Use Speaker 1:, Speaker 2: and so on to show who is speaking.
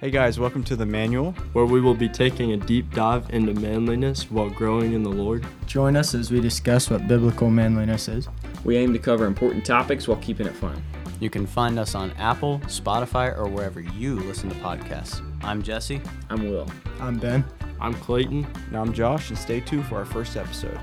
Speaker 1: Hey guys, welcome to the manual.
Speaker 2: where we will be taking a deep dive into manliness while growing in the Lord.
Speaker 3: Join us as we discuss what biblical manliness is.
Speaker 4: We aim to cover important topics while keeping it fun.
Speaker 5: You can find us on Apple, Spotify, or wherever you listen to podcasts. I'm Jesse.
Speaker 4: I'm Will.
Speaker 3: I'm Ben.
Speaker 2: I'm Clayton.
Speaker 1: Now I'm Josh, and stay tuned for our first episode.